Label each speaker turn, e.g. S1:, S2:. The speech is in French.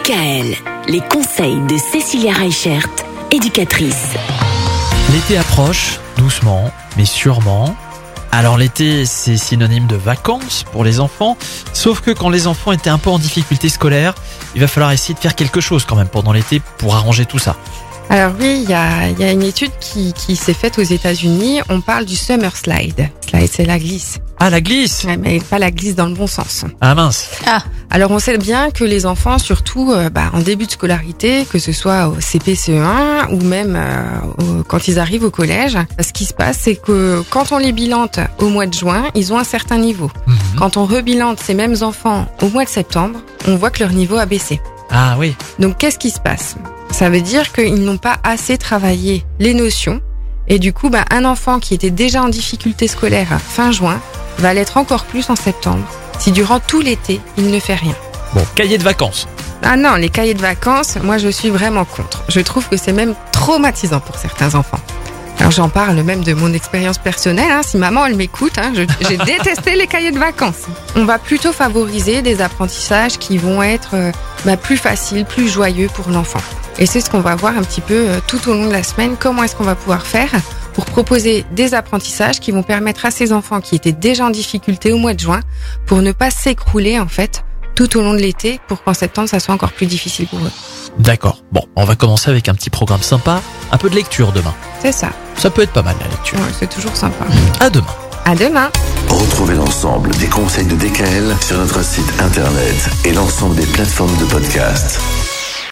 S1: DKL, les conseils de Cécilia Reichert, éducatrice.
S2: L'été approche, doucement, mais sûrement. Alors l'été, c'est synonyme de vacances pour les enfants, sauf que quand les enfants étaient un peu en difficulté scolaire, il va falloir essayer de faire quelque chose quand même pendant l'été pour arranger tout ça.
S3: Alors oui, il y a, il y a une étude qui, qui s'est faite aux États-Unis. On parle du summer slide. Slide, c'est la glisse.
S2: Ah, la glisse
S3: Ouais, mais pas la glisse dans le bon sens.
S2: Ah mince
S3: Alors on sait bien que les enfants, surtout euh, bah, en début de scolarité, que ce soit au CPCE1 ou même euh, au- quand ils arrivent au collège, bah, ce qui se passe, c'est que quand on les bilante au mois de juin, ils ont un certain niveau.
S2: Mhm.
S3: Quand on rebilante ces mêmes enfants au mois de septembre, on voit que leur niveau a baissé.
S2: Ah oui,
S3: Donc qu'est-ce qui se passe Ça veut dire qu'ils n'ont pas assez travaillé les notions et du coup, bah, un enfant qui était déjà en difficulté scolaire fin juin va l'être encore plus en septembre si durant tout l'été il ne fait rien.
S2: bon, cahier de vacances.
S3: Ah non, les cahiers de vacances, moi je suis vraiment contre. Je trouve que c'est même traumatisant pour certains enfants. Alors j'en parle même de mon expérience personnelle, hein, si maman elle m'écoute, hein, je- j'ai détesté les cahiers de vacances. On va plutôt favoriser des apprentissages qui vont être euh, bah, plus faciles, plus joyeux pour l'enfant. Et c'est ce qu'on va voir un petit peu euh, tout au long de la semaine, comment est-ce qu'on va pouvoir faire pour proposer des apprentissages qui vont permettre à ces enfants qui étaient déjà en difficulté au mois de juin, pour ne pas s'écrouler en fait tout au long de l'été pour qu'en septembre ça soit encore plus difficile pour eux.
S2: D'accord, bon, on va commencer avec un petit programme sympa, un peu de lecture demain.
S3: C'est ça,
S2: Ça peut être pas mal la lecture.
S3: Ouais, c'est toujours sympa.
S2: À demain.
S3: À demain
S4: Retrouvez l'ensemble des conseils de DKL sur notre site internet et l'ensemble des plateformes de podcast.